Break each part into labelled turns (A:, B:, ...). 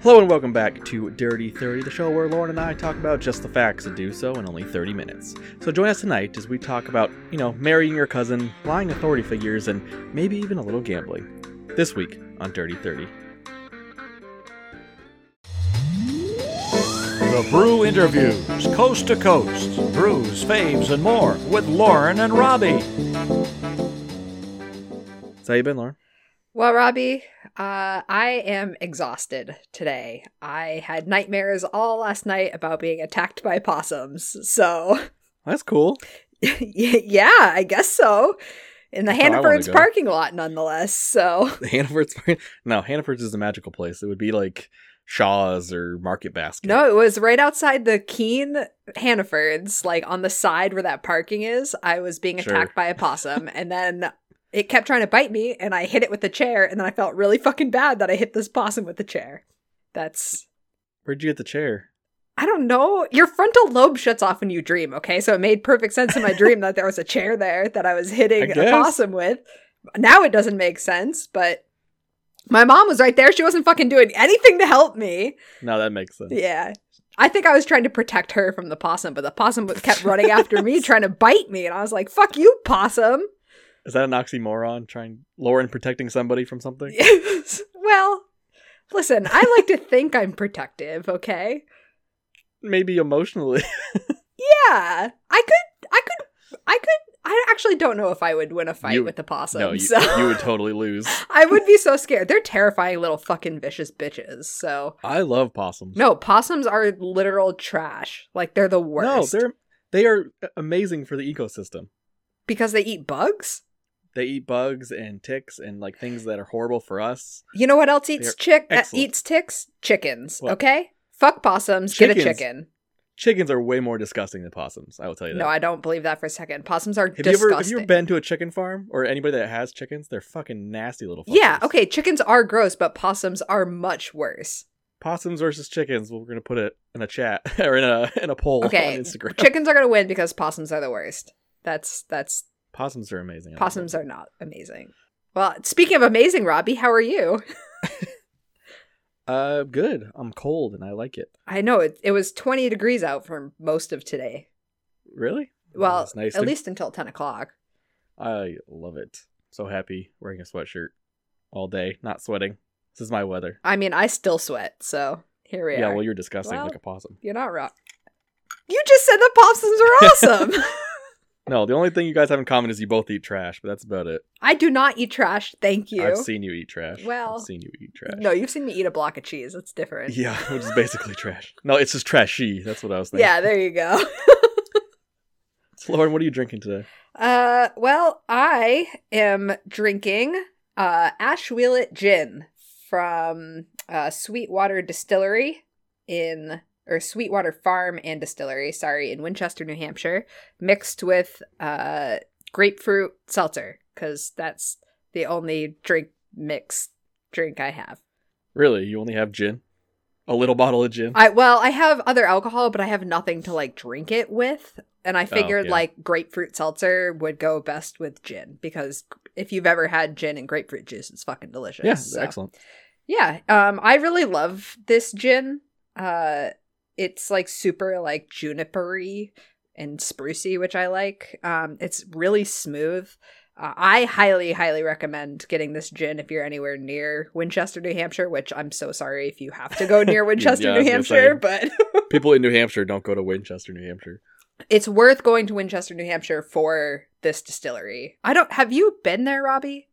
A: Hello and welcome back to Dirty 30, the show where Lauren and I talk about just the facts and do so in only 30 minutes. So join us tonight as we talk about, you know, marrying your cousin, lying authority figures, and maybe even a little gambling. This week on Dirty 30.
B: The Brew Interviews, coast to coast, brews, faves, and more with Lauren and Robbie.
A: So how you been, Lauren?
C: Well, Robbie, uh, I am exhausted today. I had nightmares all last night about being attacked by possums. So,
A: That's cool.
C: y- yeah, I guess so. In the
A: That's how I wanna
C: Hannaford's
A: go.
C: parking lot, nonetheless. So,
A: Hannaford's no, Hannaford's is a magical place. It would be like Shaw's or Market Basket.
C: no, it was right outside the Keene Hannaford's, like on the side where that parking is. I was being
A: Sure.
C: attacked by a possum, and then it kept trying to bite me, and I hit it with the chair, and then I felt really fucking bad that I hit this possum with the chair. That's
A: Where'd you get the chair?
C: I don't know. Your frontal lobe shuts off when you dream, okay? So it made perfect sense in my dream that there was a chair there that I was
A: I
C: hitting a
A: guess.
C: possum with. Now it doesn't make sense, but my mom was right there. She wasn't fucking doing anything to help me.
A: No, that makes sense.
C: Yeah. I think I was trying to protect her from the possum, but the possum kept running after me, trying to bite me. And I was like, fuck you, possum.
A: Is that an oxymoron? Trying Lauren protecting somebody from something?
C: well, listen, I like to think I'm protective, okay?
A: Maybe emotionally.
C: Yeah, I could, I could, I could. I actually don't know if I would win a fight
A: You-
C: with the possum.
A: no, you,
C: so
A: you would totally lose.
C: I would be so scared. They're terrifying little fucking vicious bitches. So
A: I love possums.
C: no, possums are literal trash. Like they're the
A: no,
C: worst.
A: they're they are amazing for the ecosystem.
C: because they eat bugs.
A: They eat bugs and ticks and like things that are horrible for us.
C: You know what else eats chick? Uh,
A: excellent.
C: eats ticks? Chickens.
A: What?
C: Okay. Fuck possums. Get a
A: Chickens.
C: chicken.
A: Chickens are way more disgusting than possums. I will tell you that.
C: No, I don't believe that for a second. Possums are
A: have you
C: disgusting.
A: ever have you ever been to a chicken farm or anybody that has chickens? They're fucking nasty little. Fuckers.
C: yeah. Okay. Chickens are gross, but possums are much worse.
A: Possums versus chickens. Well, we're gonna put it in a chat or in a in a poll
C: Okay,
A: on Instagram.
C: chickens are gonna win because possums are the worst. That's that's
A: possums are amazing.
C: possums are not amazing. Well, speaking of amazing, Robbie, how are you?
A: Uh, good. I'm cold and I like it.
C: I know it, it was twenty degrees out for most of today.
A: Really?
C: Well,
A: That's nice
C: at
A: to-
C: least until ten o'clock.
A: I love it. So happy wearing a sweatshirt all day, not sweating. This is my weather.
C: I mean, I still sweat, so here we
A: Yeah,
C: are.
A: well, you're disgusting
C: Well-
A: like a possum.
C: You're not wrong. You just said that possums are awesome.
A: No, the only thing you guys have in common is you both eat trash, but that's about it.
C: I do not eat trash. Thank you.
A: I've seen you eat trash.
C: Well,
A: I've seen you eat trash.
C: No, you've seen me eat a block of cheese. That's different.
A: Yeah, which is basically trash. No, it's just trashy. That's what I was thinking.
C: yeah. There you go.
A: So, Lauren, what are you drinking today?
C: Uh, well, I am drinking uh Ash Wheelet gin from uh Sweetwater Distillery in or Sweetwater Farm and Distillery, sorry, in Winchester, New Hampshire, mixed with uh grapefruit seltzer cuz that's the only drink mix drink I have.
A: Really? You only have gin? A little bottle of gin?
C: I well, I have other alcohol, but I have nothing to like drink it with, and I figured
A: Oh, yeah.
C: like grapefruit seltzer would go best with gin because if you've ever had gin and grapefruit juice, it's fucking delicious.
A: yeah,
C: So,
A: excellent.
C: Yeah, um, I really love this gin. Uh, it's like super like junipery and sprucey, which I like. Um, it's really smooth. Uh, I highly, highly recommend getting this gin if you're anywhere near Winchester, New Hampshire. Which I'm so sorry if you have to go near Winchester,
A: I was
C: New
A: gonna say.
C: Hampshire, but
A: People in New Hampshire don't go to Winchester, New Hampshire.
C: it's worth going to Winchester, New Hampshire for this distillery. I don't have you been there, Robbie?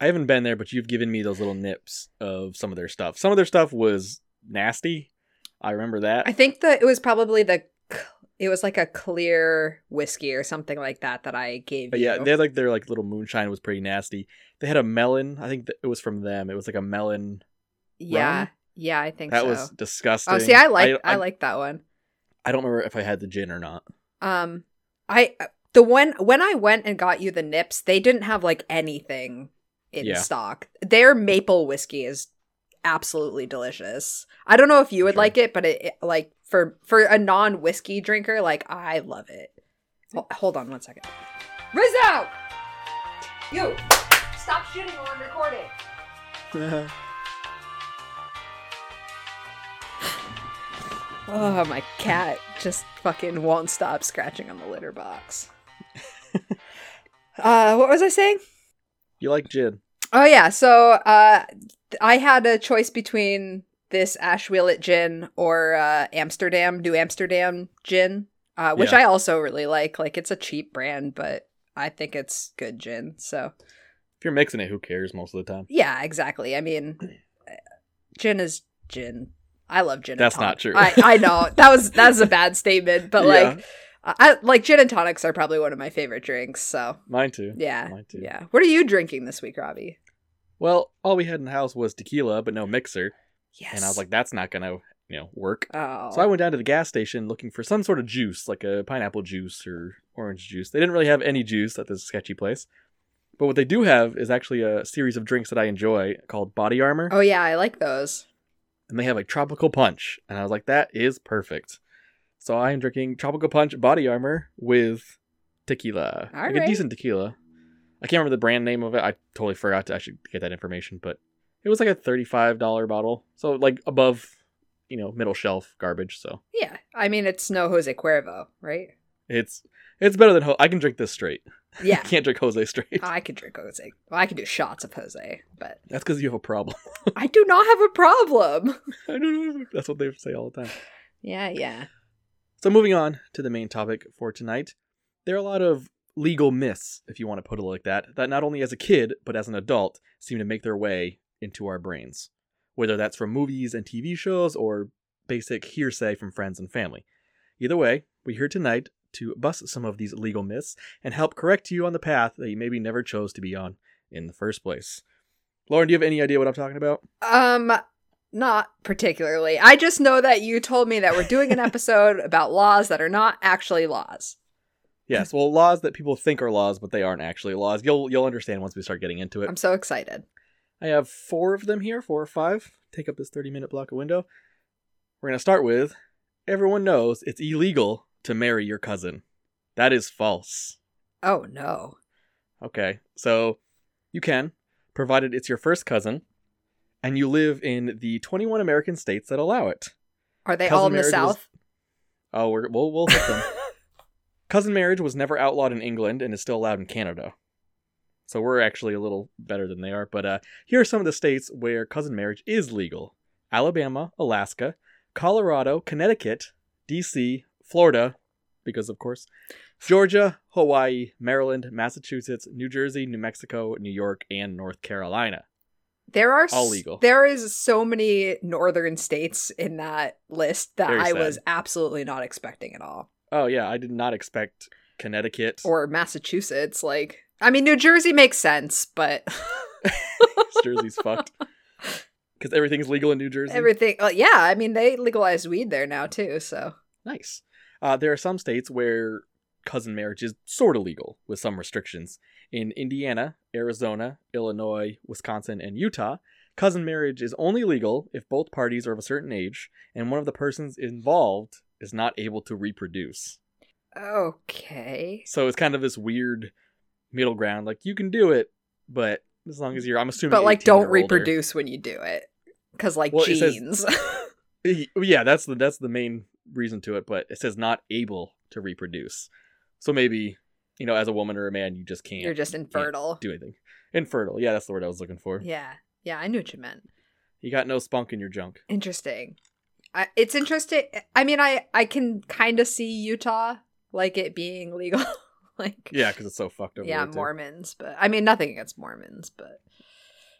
A: I haven't been there, but you've given me those little nips of some of their stuff. Some of their stuff was nasty. I remember that.
C: I think that it was probably the cl- it was like a clear whiskey or something like that that I gave
A: But
C: you.
A: yeah, they had like their like little moonshine was pretty nasty. They had a melon. I think that it was from them. It was like a melon.
C: yeah,
A: rum?
C: yeah, I think
A: That
C: so.
A: was disgusting.
C: oh, see, I like
A: I,
C: I, like that one.
A: I don't remember if I had the gin or not.
C: Um, I the one when I went and got you the nips, they didn't have like anything in
A: Yeah.
C: stock. Their maple whiskey is absolutely delicious. I don't know if you would
A: Sure.
C: like it, but it, it- like for for a non whiskey drinker, like I love it. Ho- hold on one second, Rizzo. You stop shooting while I'm recording. Oh, my cat just fucking won't stop scratching on the litter box. uh, what was I saying?
A: You like gin.
C: Oh yeah, so uh, th- I had a choice between this Ashwillet gin or uh, Amsterdam New Amsterdam gin, uh, which
A: Yeah.
C: I also really like. Like it's a cheap brand, but I think it's good gin. So
A: If you're mixing it, who cares most of the time?
C: yeah, exactly. I mean, uh, gin is gin. I love gin. and
A: That's not
C: tonic.
A: true.
C: I, I know that was that's a bad statement, but
A: Yeah.
C: like, I like gin and tonics are probably one of my favorite drinks. So
A: Mine too.
C: yeah,
A: Mine too.
C: yeah. What are you drinking this week, Robbie?
A: Well, all we had in the house was tequila, but no mixer.
C: Yes.
A: And I was like, that's not gonna, you know, work.
C: oh,
A: So I went down to the gas station looking for some sort of juice, like a pineapple juice or orange juice. They didn't really have any juice at this sketchy place. But what they do have is actually a series of drinks that I enjoy called Body Armor,
C: Oh yeah, I like those.
A: and they have a tropical punch. And I was like, that is perfect. So I am drinking tropical punch Body Armor with tequila,
C: All
A: like a
C: right.
A: decent tequila. I can't remember the brand name of it. I totally forgot to actually get that information, but it was like a thirty-five dollar bottle, so like above, you know, middle shelf garbage. So
C: Yeah, I mean it's no Jose Cuervo, right?
A: It's it's better than Ho- I can drink this straight. I
C: Yeah,
A: can't drink Jose straight.
C: I could drink Jose. Well, I could do shots of Jose, but
A: That's because you have a problem.
C: I do not have a problem.
A: I don't know. That's what they say all the time.
C: Yeah, yeah.
A: So moving on to the main topic for tonight, there are a lot of legal myths, if you want to put it like that, that not only as a kid but as an adult seem to make their way into our brains, whether that's from movies and TV shows or basic hearsay from friends and family. Either way, we're here tonight to bust some of these legal myths and help correct you on the path that you maybe never chose to be on in the first place. Lauren, do you have any idea what I'm talking about?
C: Um, not particularly. I just know that you told me that we're doing an episode about laws that are not actually laws.
A: Yes, well, laws that people think are laws but they aren't actually laws. You'll you'll understand once we start getting into it.
C: I'm so excited.
A: I have four of them here, four or five. Take up this 30 minute block of window. We're going to start with everyone knows it's illegal to marry your cousin. That is false.
C: Oh no.
A: Okay, so you can, provided it's your first cousin and you live in the 21 American states that allow it.
C: Are they
A: Cousin
C: all in the
A: marriages-
C: south?
A: Oh, we're, we'll, we'll hit them. cousin marriage was never outlawed in England and is still allowed in Canada. So we're actually a little better than they are. But uh, here are some of the states where cousin marriage is legal Alabama, Alaska, Colorado, Connecticut, D.C., Florida, because of course, Georgia, Hawaii, Maryland, Massachusetts, New Jersey, New Mexico, New York, and North Carolina.
C: There are s-
A: All legal.
C: There is so many northern states in that list that
A: Very
C: I
A: sad.
C: was absolutely not expecting at all.
A: Oh, yeah, I did not expect Connecticut.
C: or Massachusetts. Like, I mean, New Jersey makes sense, but
A: New Jersey's fucked. Because everything's legal in New Jersey.
C: everything. Well, yeah, I mean, they legalized weed there now too. So,
A: Nice. Uh, there are some states where cousin marriage is sort of legal with some restrictions. In Indiana, Arizona, Illinois, Wisconsin, and Utah, cousin marriage is only legal if both parties are of a certain age and one of the persons involved is not able to reproduce.
C: okay,
A: So it's kind of this weird middle ground. Like you can do it, but as long as you're, I'm assuming,
C: but like,
A: 18 or
C: don't
A: older.
C: reproduce when you do it, because like
A: Well, it says-
C: genes.
A: Y- yeah that's the that's the main reason to it but it says not able to reproduce so maybe you know as a woman or a man you just can't
C: You're just infertile.
A: do anything infertile yeah that's the word i was looking for
C: Yeah, yeah, I knew what you meant.
A: you got no spunk in your junk
C: Interesting. I, it's interesting. I mean, I I can kind of see Utah like it being legal. like,
A: yeah because it's so fucked over
C: yeah,
A: there, too.
C: Mormons. But I mean, nothing against Mormons, but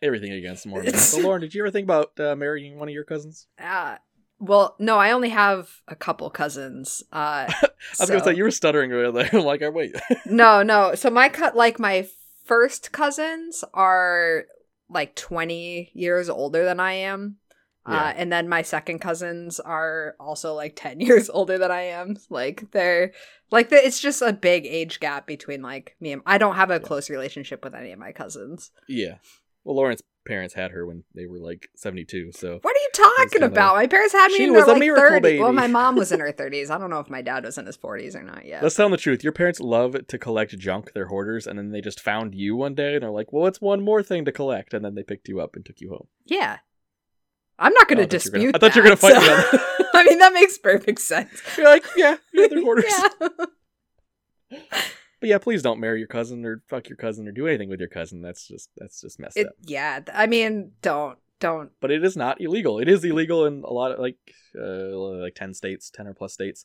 A: everything against mormons so lauren did you ever think about uh, marrying one of your cousins
C: Uh, well, no, I only have a couple cousins. Uh,
A: i was gonna say you were stuttering over there like i wait
C: No, no. So my cut, like my first cousins are like twenty years older than I am,
A: Yeah.
C: uh, and then my second cousins are also like ten years older than I am. Like they're like the, it's just a big age gap between like me and I don't have a close relationship with any of my cousins.
A: yeah well lauren's parents had her when they were like 72 so
C: What are you talking
A: gonna-
C: about? My parents had me
A: She
C: in
A: was
C: their
A: a
C: like
A: miracle
C: thirties. Well,
A: baby.
C: my mom was in her thirties. I don't know if my dad was in his forties or not yet.
A: Let's tell them the truth. Your parents love to collect junk. They're hoarders, and then they just found you one day, and they're like, "Well, it's one more thing to collect," and then they picked you up and took you home.
C: Yeah. I'm not going
A: Oh,
C: to
A: I thought you were gonna-
C: dispute.
A: I thought you were
C: that,
A: gonna fight
C: so- I mean, that makes perfect sense.
A: You're like, yeah, yeah, they're quarters.
C: Yeah.
A: But yeah, please don't marry your cousin or fuck your cousin or do anything with your cousin. That's just that's just messed
C: It,
A: up.
C: yeah. th- I mean, don't don't.
A: But it is not illegal. It is illegal in a lot of like uh, like ten states, ten or plus states.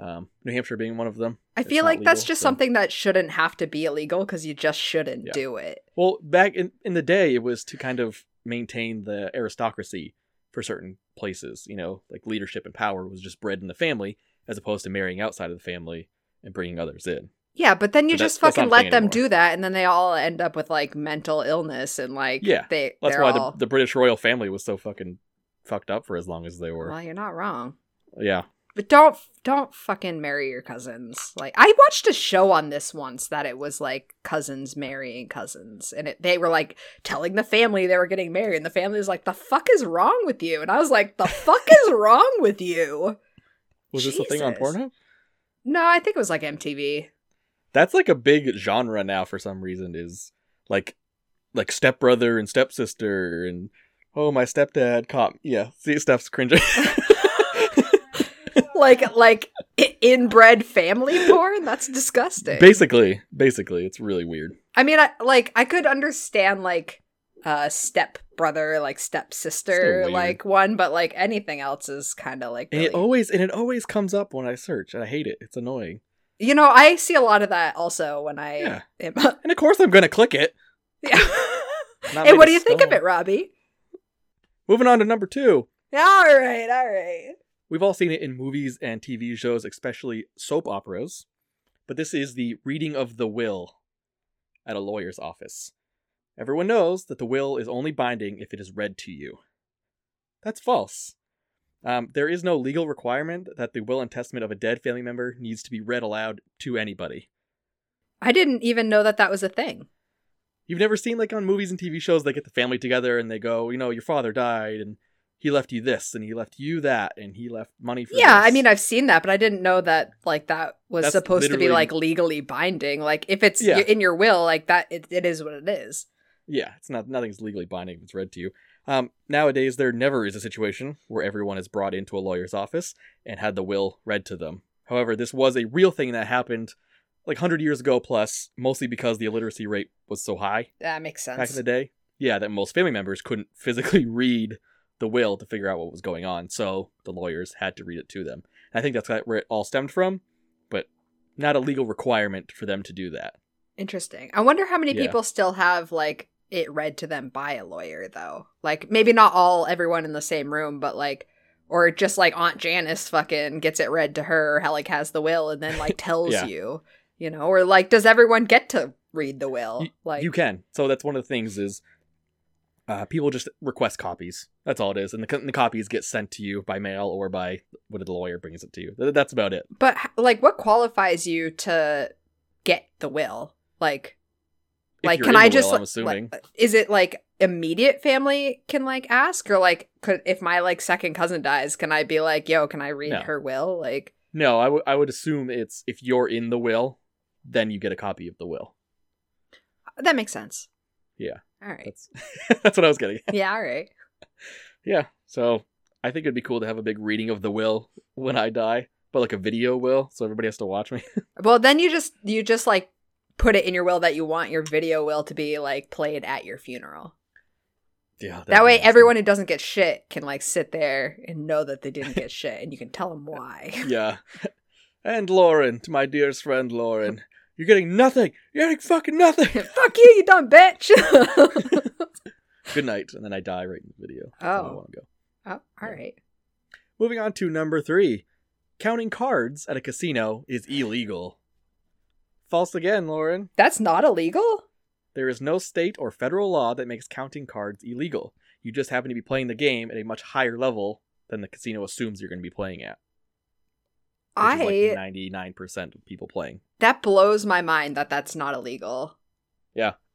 A: Um, New Hampshire being one of them.
C: I
A: It's
C: feel
A: not
C: like that's
A: legal,
C: just
A: so-
C: something that shouldn't have to be illegal because you just shouldn't
A: Yeah.
C: do it.
A: Well, back in, in the day, it was to kind of maintain the aristocracy for certain places. You know, like leadership and power was just bred in the family, as opposed to marrying outside of the family and bringing others in.
C: Yeah, but then you
A: So that-
C: just
A: that's
C: fucking
A: not a
C: let
A: thing
C: them
A: anymore.
C: do that, and then they all end up with like mental illness and like
A: Yeah,
C: they.
A: That's
C: they're
A: why
C: all-
A: the, the British royal family was so fucking fucked up for as long as they were.
C: Well, you're not wrong.
A: Yeah.
C: But don't don't fucking marry your cousins. Like I watched a show on this once that it was like cousins marrying cousins, and it, they were like telling the family they were getting married, and the family was like, "The fuck is wrong with you?" And I was like, "The fuck is wrong with you?"
A: Was this a thing on
C: Jesus.
A: Pornhub?
C: No, I think it was like MTV.
A: That's like a big genre now for some reason is like like stepbrother and stepsister and oh my stepdad caught yeah, see stuff's cringing.
C: Like like i- inbred family porn. That's disgusting.
A: basically, basically, it's really weird.
C: I mean, I, like I could understand like uh step brother, like step
A: Still
C: sister,
A: weird. Eh,
C: like one, but like anything else is kind of like
A: And it
C: really-
A: always and it always comes up when I search and I hate it. It's annoying.
C: you know I see a lot of that also when I
A: Yeah.
C: am.
A: And of course I'm gonna click it.
C: yeah.
A: Not
C: hey,
A: made
C: what do you think of
A: stone.
C: it, Robbie?
A: Moving on to number two.
C: All right, all right.
A: We've all seen it in movies and TV shows, especially soap operas. But this is the reading of the will at a lawyer's office. Everyone knows that the will is only binding if it is read to you. That's false. Um, there is no legal requirement that the will and testament of a dead family member needs to be read aloud to anybody.
C: I didn't even know that that was a thing.
A: You've never seen, like, on movies and TV shows, they get the family together and they go, you know, your father died and he left you this and he left you that and he left money for
C: Yeah, I
A: this."
C: mean I've seen that, but I didn't know that like that was
A: That's
C: supposed to be
A: literally-
C: like legally binding. Like if it's
A: Yeah.
C: in your will, like that it, it is what it is.
A: Yeah, it's not nothing's legally binding if it's read to you. Um, nowadays, there never is a situation where everyone is brought into a lawyer's office and had the will read to them. However, this was a real thing that happened like 100 years ago plus, mostly because the illiteracy rate was so high
C: That makes sense.
A: back in the day. Yeah, that most family members couldn't physically read the will to figure out what was going on, so the lawyers had to read it to them. I think that's where it all stemmed from, but not a legal requirement for them to do that.
C: Interesting. I wonder how many
A: Yeah.
C: people still have like it read to them by a lawyer though. Like maybe not all everyone in the same room, but like or just like Aunt Janice fucking gets it read to her, or like has the will and then like tells
A: Yeah.
C: you, you know, or like does everyone get to read the will?
A: Y-
C: like
A: you can so that's one of the things is uh, people just request copies that's all it is and the, co- the copies get sent to you by mail or by what the lawyer brings it to you Th- that's about it
C: But h- like what qualifies you to get the will? Like
A: If
C: like
A: you're
C: can
A: in
C: I
A: the
C: just
A: will,
C: like,
A: i'm assuming
C: like, is it like immediate family can like ask or like could if my like second cousin dies can I be like yo can I read
A: No.
C: her will like
A: no I, w- I would assume it's if you're in the will then you get a copy of the will
C: that makes sense.
A: Yeah.
C: All right.
A: that's that's what i was getting at.
C: yeah, all right.
A: yeah so i think it'd be cool to have a big reading of the will when i die but like a video will so everybody has to watch me
C: Well, then you just you just like put it in your will that you want your video will to be like played at your funeral.
A: yeah that'd
C: That
A: be
C: way
A: awesome.
C: everyone who doesn't get shit can like sit there and know that they didn't get shit and you can tell them why.
A: Yeah. And Lauren, to my dearest friend Lauren, you're getting nothing. You're getting fucking nothing.
C: Fuck you, you dumb bitch. Oh,
A: Good night. And then I die right in the video. That's how I
C: Oh.
A: want to go.
C: oh, all right.
A: Moving on to number three. Counting cards at a casino is illegal. False again, Lauren.
C: That's not illegal?
A: There is no state or federal law that makes counting cards illegal. You just happen to be playing the game at a much higher level than the casino assumes you're going to be playing at. Which
C: I
A: is like 99% of people playing.
C: that blows my mind that that's not illegal.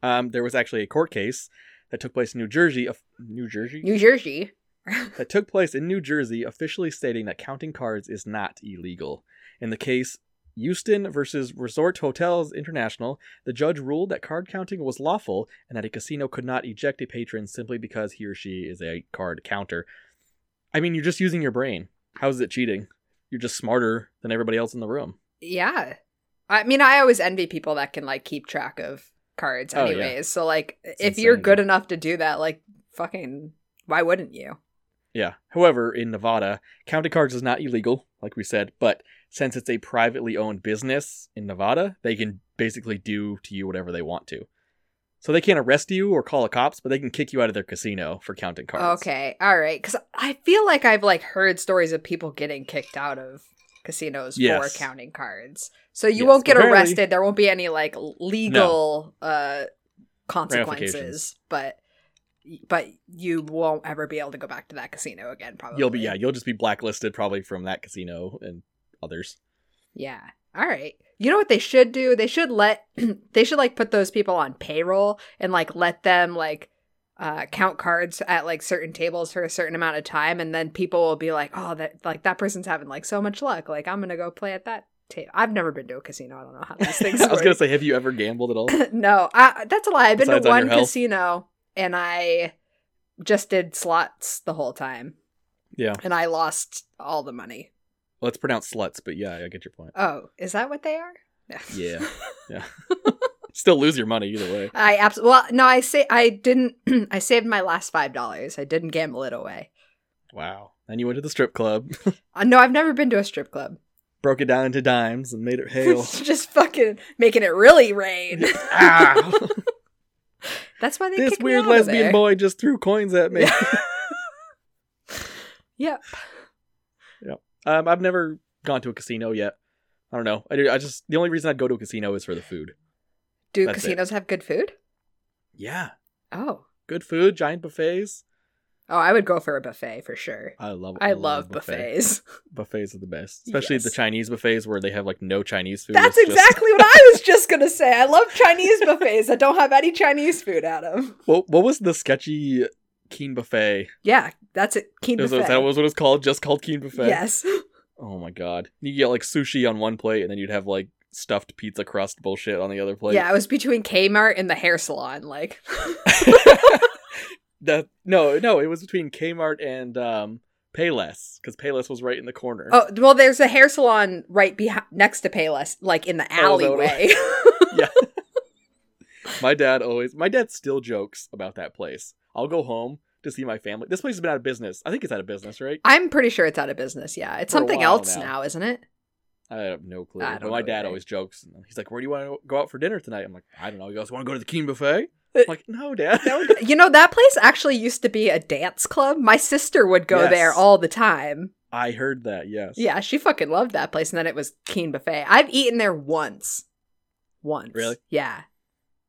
A: Um, there was actually a court case that took place in New Jersey. Of New Jersey?
C: New Jersey.
A: that took place in New Jersey officially stating that counting cards is not illegal. In the case, Houston versus Resort Hotels International, the judge ruled that card counting was lawful and that a casino could not eject a patron simply because he or she is a card counter. I mean, you're just using your brain. How is it cheating? You're just smarter than everybody else in the room.
C: Yeah. I mean, I always envy people that can like keep track of cards
A: Oh, yeah.
C: anyways. So like if you're
A: insanity.
C: good enough to do that, like fucking why wouldn't you?
A: Yeah. However, in Nevada, counting cards is not illegal, like we said, but since it's a privately owned business in Nevada, they can basically do to you whatever they want to. So they can't arrest you or call the cops, but they can kick you out of their casino for counting cards.
C: Okay. All right. Cuz I feel like I've like heard stories of people getting kicked out of casinos
A: Yes.
C: for counting cards. So you
A: Yes.
C: won't get
A: Apparently-
C: arrested. There won't be any like legal uh consequences,
A: Ramifications.
C: but but you won't ever be able to go back to that casino again probably.
A: You'll be yeah, you'll just be blacklisted probably from that casino and others.
C: Yeah. All right. You know what they should do? They should let they should like put those people on payroll and like let them like uh count cards at like certain tables for a certain amount of time and then people will be like, "Oh, that like that person's having like so much luck. Like I'm going to go play at that table." I've never been to a casino. I don't know how these things
A: I was
C: work.
A: gonna say, have you ever gambled at all?
C: no. I, that's a lie. I've been
A: Besides
C: to
A: on your
C: one
A: health?
C: casino and I just did slots the whole time
A: yeah.
C: and I lost all the money.
A: Well, it's pronounced sluts, but yeah, I get your point.
C: Oh, is that what they are?
A: Yeah. Yeah. Still lose your money either way.
C: I absolutely well no I say I didn't I saved my last five dollars I didn't gamble it away
A: Wow. Then you went to the strip club,
C: uh, no I've never been to a strip club
A: broke it down into dimes, and made it hail.
C: just fucking making it really rain
A: ah!
C: that's why they
A: this
C: kicked
A: weird
C: me out of
A: lesbian
C: there.
A: boy just threw coins at me.
C: yep
A: um, I've never gone to a casino yet. I don't know. I, do- I just the only reason I'd go to a casino is for the food.
C: do
A: That's it.
C: casinos have good food
A: Yeah,
C: oh
A: good food, giant buffets.
C: oh I would go for a buffet for sure
A: I love.
C: I, love,
A: buffet.
C: buffets
A: Buffets are the best, especially
C: Yes.
A: the Chinese buffets where they have like no Chinese food.
C: that's
A: It's just-
C: exactly what I was just gonna say I love Chinese buffets that don't have any Chinese food out of 'em.
A: What, what was the sketchy Keen buffet?
C: yeah that's it Keen
A: Is
C: buffet
A: that was what it's called? Just called Keen buffet.
C: yes
A: Oh my god! You get like sushi on one plate, and then you'd have like stuffed pizza crust bullshit on the other plate.
C: yeah I was between Kmart and the hair salon like.
A: that no no it was between Kmart and um Payless because Payless was right in the corner.
C: Oh well, there's a hair salon right behind, next to Payless, like in the
A: Oh, is that what
C: alleyway.
A: My dad always my dad still jokes about that place. I'll go home to see my family. This place has been out of business. I think it's out of business, right?
C: I'm pretty sure it's out of business. Yeah, it's
A: For a
C: something
A: while
C: else
A: now.
C: now. isn't it?
A: I have no clue.
C: I
A: But
C: don't
A: my
C: know
A: dad
C: either.
A: always jokes. and He's like, "Where do you want to go out for dinner tonight?" I'm like, "I don't know." He goes, "Want to go to the Keen buffet?" I'm like, "No, dad."
C: Uh, No, you know that place actually used to be a dance club. My sister would go
A: Yes.
C: there all the time.
A: I heard that. Yes.
C: Yeah, she fucking loved that place, and then it was Keen Buffet. I've eaten there once, once.
A: Really?
C: Yeah,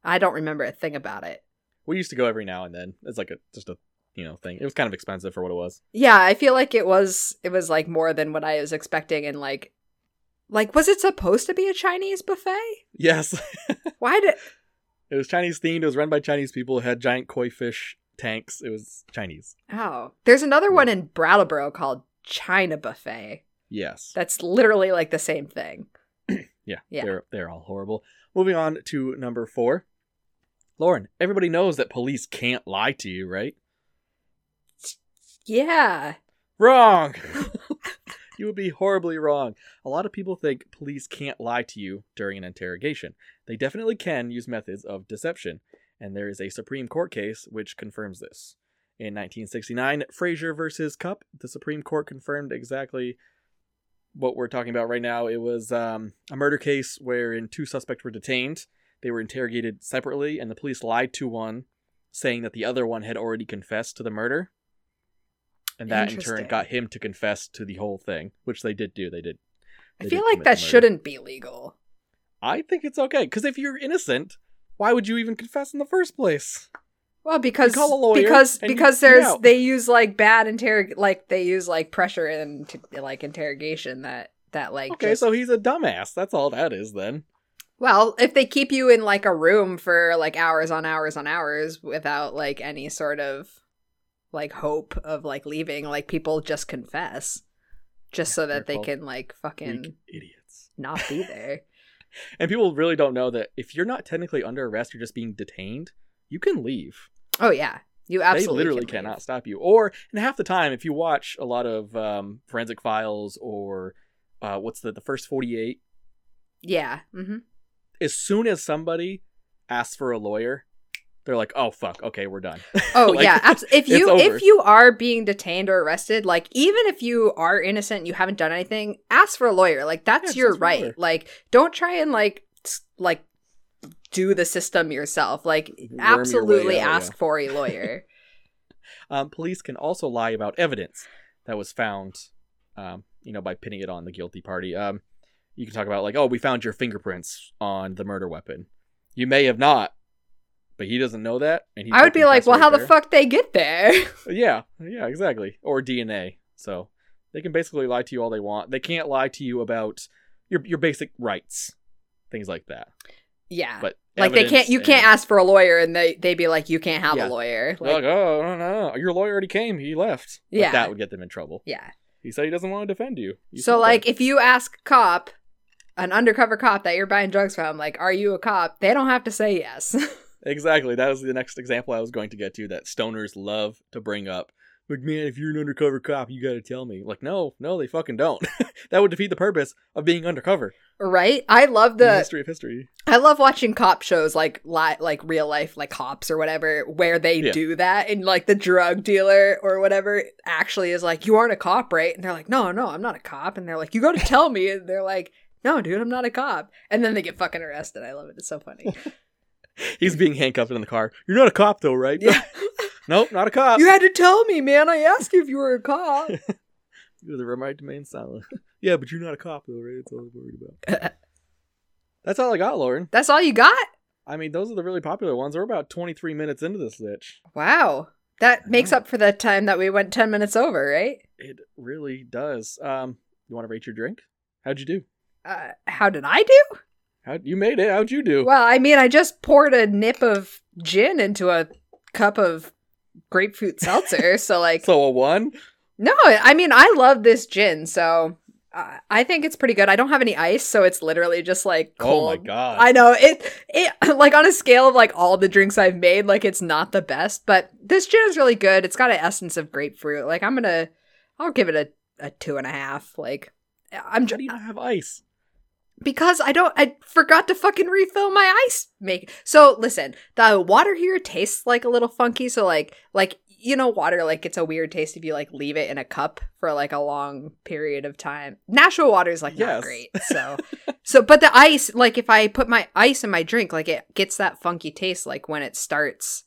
C: I don't remember a thing about it.
A: We used to go every now and then. It's like a just a you know thing. It was kind of expensive for what it was.
C: Yeah, I feel like it was it was like more than what I was expecting, and like, like was it supposed to be a Chinese buffet?
A: Yes.
C: Why did
A: It was Chinese themed. It was run by Chinese people. It had giant koi fish tanks. It was Chinese.
C: Oh, there's another one in Brattleboro called China Buffet.
A: Yes.
C: That's literally like the same thing.
A: yeah.
C: yeah.
A: They're they're all horrible. Moving on to number four. Lauren, everybody knows that police can't lie to you, right?
C: Yeah.
A: Wrong. you would be horribly wrong. A lot of people think police can't lie to you during an interrogation. They definitely can use methods of deception, and there is a Supreme Court case which confirms this. In 1969, Frazier versus Cup, the Supreme Court confirmed exactly what we're talking about right now. It was um, a murder case wherein two suspects were detained. They were interrogated separately, and the police lied to one, saying that the other one had already confessed to the murder. And that in turn
C: Interesting.
A: got him to confess to the whole thing, which they did do. They did.
C: I
A: they
C: feel
A: did
C: like
A: commit
C: that
A: the murder.
C: shouldn't be legal.
A: I think it's okay because if you're innocent, why would you even confess in the first place?
C: Well, because
A: call a lawyer
C: because
A: and you
C: because
A: get
C: there's
A: out.
C: they use like bad interrog like they use like pressure and t- like interrogation that that like
A: Okay,
C: just-
A: so he's a dumbass. That's all that is then.
C: well if they keep you in like a room for like hours on hours on hours without like any sort of like hope of like leaving like people just confess just so
A: Yeah,
C: that
A: fair
C: they
A: call.
C: can like fucking
A: Weak idiots. sense.
C: not be there.
A: And people really don't know that if you're not technically under arrest, you're just being detained. You can leave.
C: oh yeah, you absolutely
A: they literally
C: can leave.
A: cannot stop you. Or and half the time, if you watch a lot of um, forensic files or uh, what's the the first forty eight,
C: Yeah. hmm
A: as soon as somebody asks for a lawyer, they're like, "Oh fuck, okay, we're done."
C: Oh
A: Like,
C: yeah, abs- if
A: it's
C: you
A: over.
C: if you are being detained or arrested, like even if you are innocent, and you haven't done anything, ask for a lawyer. Like
A: Yeah,
C: that's
A: it's
C: your
A: just
C: right.
A: whatever.
C: Like don't try and like s- like do the system yourself. Like
A: your way
C: absolutely
A: out,
C: ask
A: yeah.
C: for a lawyer.
A: Um, police can also lie about evidence that was found, um, you know, by pinning it on the guilty party. Um, you can talk about like, "Oh, we found your fingerprints on the murder weapon." You may have not, but he doesn't know that, and he
C: I would be like,
A: confessed
C: well,
A: right
C: how the
A: there.
C: fuck they get there?
A: Yeah, yeah, exactly. Or DNA. So they can basically lie to you all they want. They can't lie to you about your your basic rights, things like that.
C: yeah.
A: But
C: like they can't
A: evidence
C: you can't
A: and-
C: ask for a lawyer and they they be like you can't have
A: Yeah.
C: a lawyer.
A: They're Like,
C: Like,
A: oh no, no, no, your lawyer already came. He left. Like,
C: Yeah.
A: that would get them in trouble.
C: yeah.
A: He said he doesn't want to defend you. You
C: so
A: said
C: like
A: that.
C: if you ask a cop an undercover cop that you're buying drugs from like are you a cop they don't have to say yes
A: exactly that was the next example I was going to get to that stoners love to bring up. Like man, if you're an undercover cop, you got to tell me. Like no, no, they fucking don't. that would defeat the purpose of being undercover.
C: right i love
A: The
C: the
A: history of history.
C: i love watching cop shows like li- like real life like cops or whatever where they
A: Yeah.
C: do that and like the drug dealer or whatever actually is like you aren't a cop right and they're like no no i'm not a cop and they're like you got to tell me and they're like no dude i'm not a cop and then they get fucking arrested i love it it's so funny
A: He's being handcuffed in the car. You're not a cop though, right?
C: yeah
A: Nope, not a cop.
C: you had to tell me man i asked you if you were a cop
A: You're the right to remain silent. yeah, but you're not a cop though, right? That's all I'm worried about. That's all I got, Lauren.
C: that's all you got
A: I mean, those are the really popular ones. We're about 23 minutes into this lich.
C: Wow. That makes
A: know.
C: up for the time that we went 10 minutes over, right?
A: It really does. Um, you want to rate your drink? How'd you do?
C: Uh, how did I do?
A: How you made it? How'd you do?
C: Well, I mean, I just poured a nip of gin into a cup of grapefruit seltzer. so, like,
A: So a one.
C: no, I mean, I love this gin. So uh, I think it's pretty good. I don't have any ice. So it's literally just like cold.
A: Oh my god.
C: I know it. It like on a scale of like all the drinks I've made, like it's not the best, but this gin is really good. It's got an essence of grapefruit. Like I'm gonna, I'll give it a, a two and a half. Like I'm
A: How
C: just
A: do you not have ice?
C: because I don't. I forgot to fucking refill my ice make. So listen, the water here tastes like a little funky. So like like you know water like it's a weird taste if you like leave it in a cup for like a long period of time. Natural water is like
A: Yes.
C: not great. So so but the ice like if I put my ice in my drink like it gets that funky taste like when it starts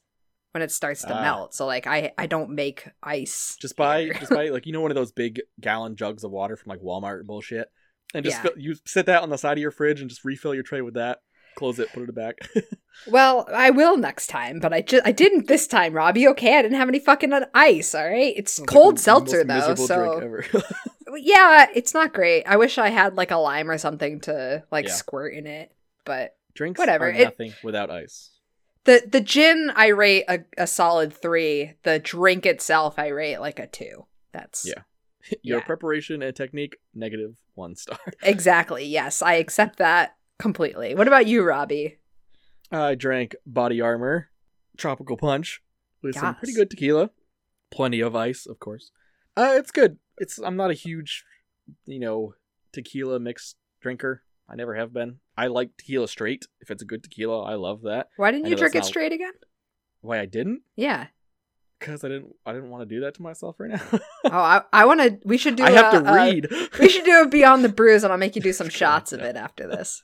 C: when it starts to
A: Ah.
C: melt. So like I I don't make ice.
A: Just buy,
C: here.
A: just buy, like you know, one of those big gallon jugs of water from like Walmart and bullshit, and just
C: Yeah.
A: fill- you sit that on the side of your fridge and just refill your tray with that. Close it, put it back.
C: Well, I will next time, but I just I didn't this time, Robbie. Okay, I didn't have any fucking uh, ice. All right, it's
A: Sounds like
C: cold
A: the
C: seltzer
A: most
C: though,
A: miserable drink
C: so
A: ever.
C: yeah, it's not great. I wish I had like a lime or something to like
A: Yeah.
C: squirt in it, but
A: Drinks
C: Whatever,
A: are
C: it-
A: nothing without ice.
C: the the gin I rate a, a solid three. The drink itself I rate like a two. That's
A: Yeah. Your
C: Yeah.
A: preparation and technique negative one star.
C: exactly yes. I accept that completely. What about you, Robbie?
A: I drank body armor, tropical punch with some pretty
C: Yes.
A: good tequila, plenty of ice, of course. Uh, it's good. It's I'm not a huge, you know, tequila mixed drinker. I never have been. I like tequila straight. If it's a good tequila, I love that.
C: Why
A: I
C: didn't
A: know
C: you
A: that's
C: drink it
A: not-
C: straight again?
A: Why I didn't?
C: Yeah.
A: Because I didn't. I didn't want to do that to myself right now.
C: Oh, I I want to. We should do.
A: I have
C: a-
A: to
C: a-
A: read.
C: We should do a Beyond the Brews, and I'll make you do some shots of it after this.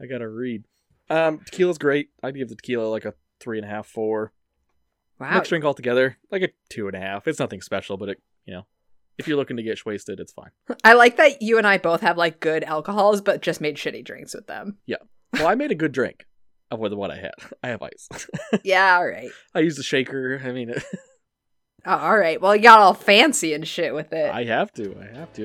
A: I gotta read. Um, tequila's great. I'd give the tequila like a three and a half, four.
C: Wow.
A: Mixed drink altogether, like a two and a half. It's nothing special, but it, you know, if you're looking to get wasted, it's fine.
C: I like that you and I both have like good alcohols, but just made shitty drinks with them.
A: Well, I made a good drink of what what I had. I have ice.
C: Yeah, all right.
A: I used a shaker. I mean,
C: Oh, all right. Well, you got all fancy and shit with it.
A: I have to. I have to.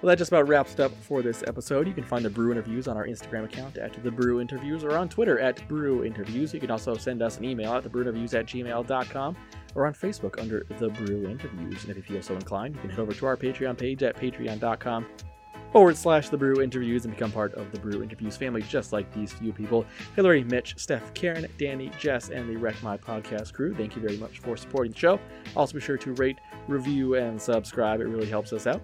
A: Well, that just about wraps it up for this episode. You can find the Brew Interviews on our Instagram account at The Brew Interviews or on Twitter at Brew Interviews. You can also send us an email at TheBrewInterviews at gmail.com or on Facebook under The Brew Interviews. And if you feel so inclined, you can head over to our Patreon page at patreon.com forward slash the brew interviews and become part of the brew interviews family just like these few people hillary mitch steph karen danny jess and the wreck my podcast crew thank you very much for supporting the show also be sure to rate review and subscribe it really helps us out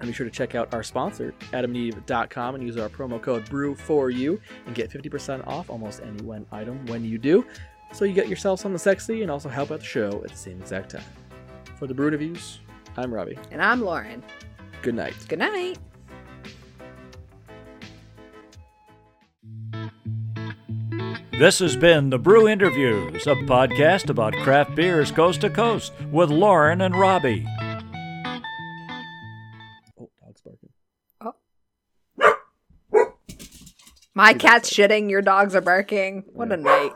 A: and be sure to check out our sponsor adamandeve.com and use our promo code brew for you and get 50% off almost any one item when you do so you get yourself something sexy and also help out the show at the same exact time for the brew interviews i'm robbie
C: And I'm Lauren.
A: good night
C: Good night.
B: This has been The Brew Interviews, a podcast about craft beers coast to coast with Lauren and Robbie.
A: oh dog's barking
C: My cat's shitting. Your dogs are barking. What a night.